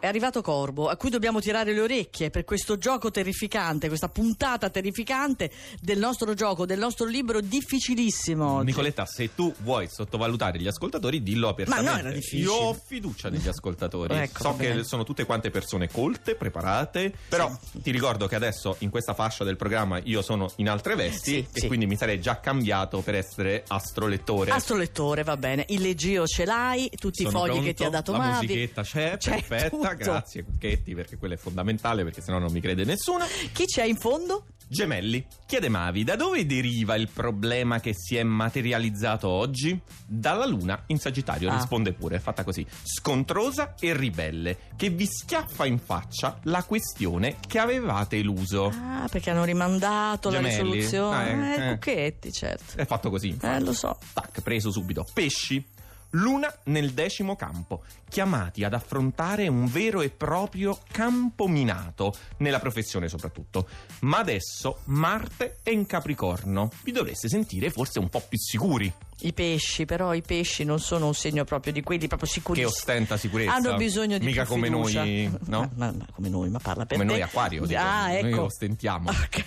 È arrivato Corbo, a cui dobbiamo tirare le orecchie per questo gioco terrificante, questa puntata terrificante del nostro gioco, del nostro libro difficilissimo. oggi. Nicoletta, se tu vuoi sottovalutare gli ascoltatori, dillo apertamente. no, era difficile. Io ho fiducia negli ascoltatori. Ecco, so va bene. che sono tutte quante persone colte, preparate. Però ti ricordo che adesso in questa fascia del programma io sono in altre vesti Sì, e sì. quindi mi sarei già cambiato per essere astrolettore. Astrolettore, va bene. Il leggio ce l'hai, tutti certo. Sono i fogli che pronto, ti ha dato la Mavi. musichetta c'è, perfetta, tutto. grazie Cucchetti perché quella è fondamentale perché sennò non mi crede nessuno. Chi c'è in fondo? Gemelli, chiede Mavi, da dove deriva il problema che si è materializzato oggi? Dalla Luna in Sagittario, Ah. risponde pure, è fatta così, scontrosa e ribelle, che vi schiaffa in faccia la questione che avevate eluso. Ah, perché hanno rimandato Oh. Gemelli. la risoluzione. Ah, eh, eh, eh. Cucchetti, certo. È fatto così. infatti. Eh, lo so. Tac, preso subito. Pesci. Luna nel decimo campo, chiamati ad affrontare un vero e proprio campo minato, nella professione soprattutto. Ma adesso Marte è in Capricorno, vi dovreste sentire forse un po' più sicuri, I pesci, però i pesci non sono un segno proprio di quelli proprio sicuri. che ostenta sicurezza. Hanno bisogno di Mica più come fiducia. noi, no? Ma, ma- ma come noi, ma parla per Come te. noi acquario, dico, Ah, ecco. noi ostentiamo. Ok.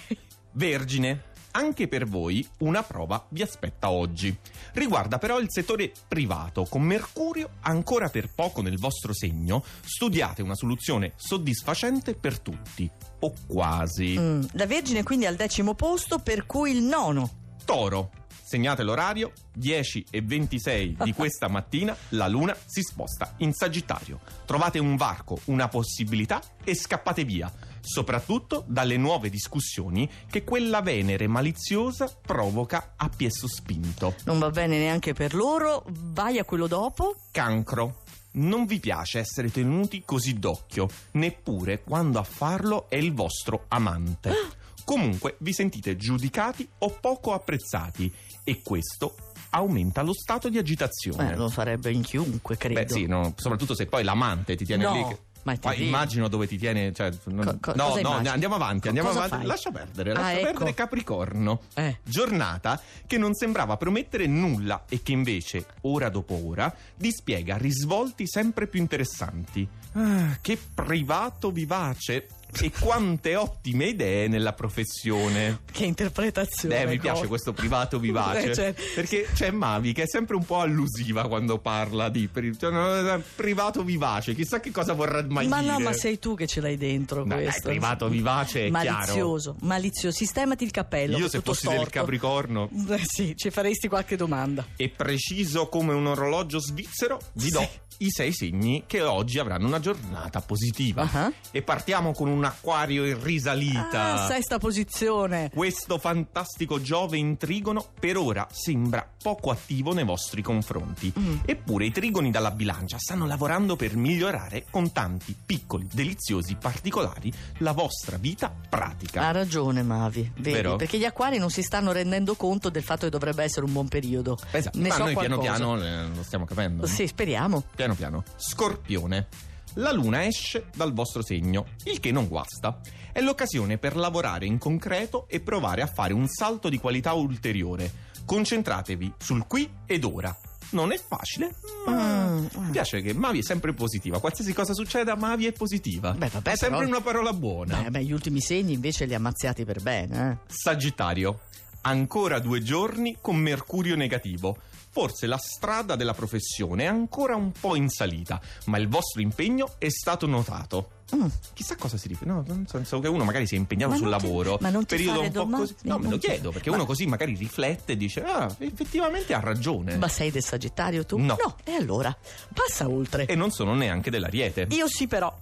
Vergine, anche per voi una prova vi aspetta oggi. Riguarda però il settore privato, con Mercurio ancora per poco nel vostro segno, studiate una soluzione soddisfacente per tutti, o quasi. Mm, La Vergine quindi al decimo posto, per cui il nono. Toro. Segnate l'orario, 10 e 26 di questa mattina la luna si sposta in Sagittario. Trovate un varco, una possibilità e scappate via, soprattutto dalle nuove discussioni che quella Venere maliziosa provoca a pie sospinto. Non va bene neanche per loro. Vai a quello dopo. Cancro. Non vi piace essere tenuti così d'occhio, neppure quando a farlo è il vostro amante. Comunque vi sentite giudicati o poco apprezzati e questo aumenta lo stato di agitazione. Eh, lo farebbe in chiunque, credo. Beh sì, no, soprattutto se poi l'amante ti tiene No, lì. che- ma è Poi terribile. immagino dove ti tiene. cioè, non- Co- co- no, cosa no, immagini? andiamo avanti, Co- andiamo cosa avanti. fai? Lascia perdere, Ah, lascia ecco. perdere Capricorno. Eh. Giornata che non sembrava promettere nulla e che invece, ora dopo ora, dispiega risvolti sempre più interessanti. Ah, che privato vivace! E quante ottime idee nella professione. Che interpretazione. Eh, mi cosa. piace questo privato vivace. Eh, cioè- Perché c'è Mavi che è sempre un po' allusiva quando parla di pri- cioè, no, no, no, privato vivace. Chissà che cosa vorrà mai ma dire. no, ma sei tu che ce l'hai dentro No, dai, questo. privato vivace è malizioso, malizioso. Sistemati il cappello. Io se tutto fossi del storto. Capricorno Eh, sì, ci faresti qualche domanda. e preciso come un orologio svizzero, vi do i sei segni che oggi avranno una giornata positiva. Ah, E partiamo con un acquario in risalita. ah, sesta posizione. Questo fantastico Giove in trigono per ora sembra poco attivo nei vostri confronti. Mm. Eppure i trigoni dalla bilancia stanno lavorando per migliorare con tanti piccoli, deliziosi particolari la vostra vita pratica. Ha ragione Mavi, vedi? Vero? Perché gli acquari non si stanno rendendo conto del fatto che dovrebbe essere un buon periodo. Esatto, ne ma so noi piano qualcosa. piano eh, lo stiamo capendo. no? Sì, speriamo. Piano piano. Scorpione. La luna esce dal vostro segno, il che non guasta. È l'occasione per lavorare in concreto e provare a fare un salto di qualità ulteriore. Concentratevi sul qui ed ora. Non è facile, ma Mm. mi piace che Mavi è sempre positiva. Qualsiasi cosa succeda, Mavi è positiva. Beh, vabbè, è sempre però- una parola buona. Eh, Beh, beh, gli ultimi segni invece li ha mazziati per bene. eh. Sagittario. Ancora due giorni con Mercurio negativo. Forse la strada della professione è ancora un po' in salita, ma il vostro impegno è stato notato. Mm. Chissà cosa si riferisce. No, nel senso che uno magari si è impegnato Ma sul non ti- lavoro. ma non ti periodo fare un po' domande, così. No, me non lo ti- chiedo, perché ma- uno così magari riflette e dice: Ah, effettivamente ha ragione. Ma sei del Sagittario tu? Eh. No. E allora? Passa oltre. E non sono neanche dell'ariete. Io sì però.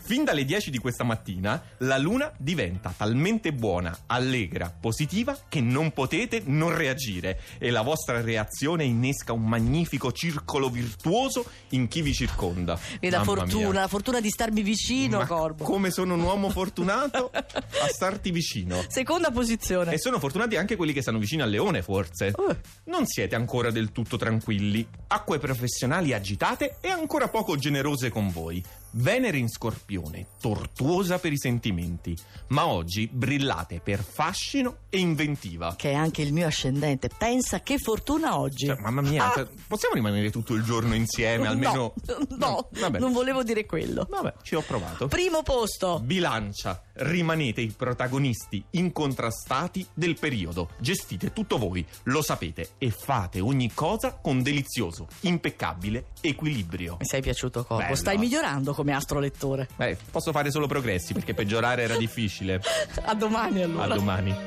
Fin dalle 10 di questa mattina la luna diventa talmente buona, allegra, positiva che non potete non reagire e la vostra reazione innesca un magnifico circolo virtuoso in chi vi circonda. E la Mamma fortuna, mia. la fortuna di starmi vicino, Ma Corbo. Come sono un uomo fortunato a starti vicino. Seconda posizione. E sono fortunati anche quelli che stanno vicino al leone, forse. Eh, Non siete ancora del tutto tranquilli. Acque professionali agitate e ancora poco generose con voi. Venere in scorpione, tortuosa per i sentimenti, ma oggi brillate per fascino e inventiva. Che è anche il mio ascendente. Pensa che fortuna oggi. Cioè, mamma mia, Ah! cioè, possiamo rimanere tutto il giorno insieme? No, Almeno. no, vabbè. Esatto. non volevo dire quello. Vabbè, ci ho provato. Primo posto. Bilancia, rimanete i protagonisti incontrastati del periodo, gestite tutto voi, lo sapete e fate ogni cosa con delizioso, impeccabile equilibrio. Mi sei piaciuto Coco, Bello. stai migliorando come astrolettore. Beh, posso fare solo progressi perché peggiorare era difficile. A domani allora. A domani.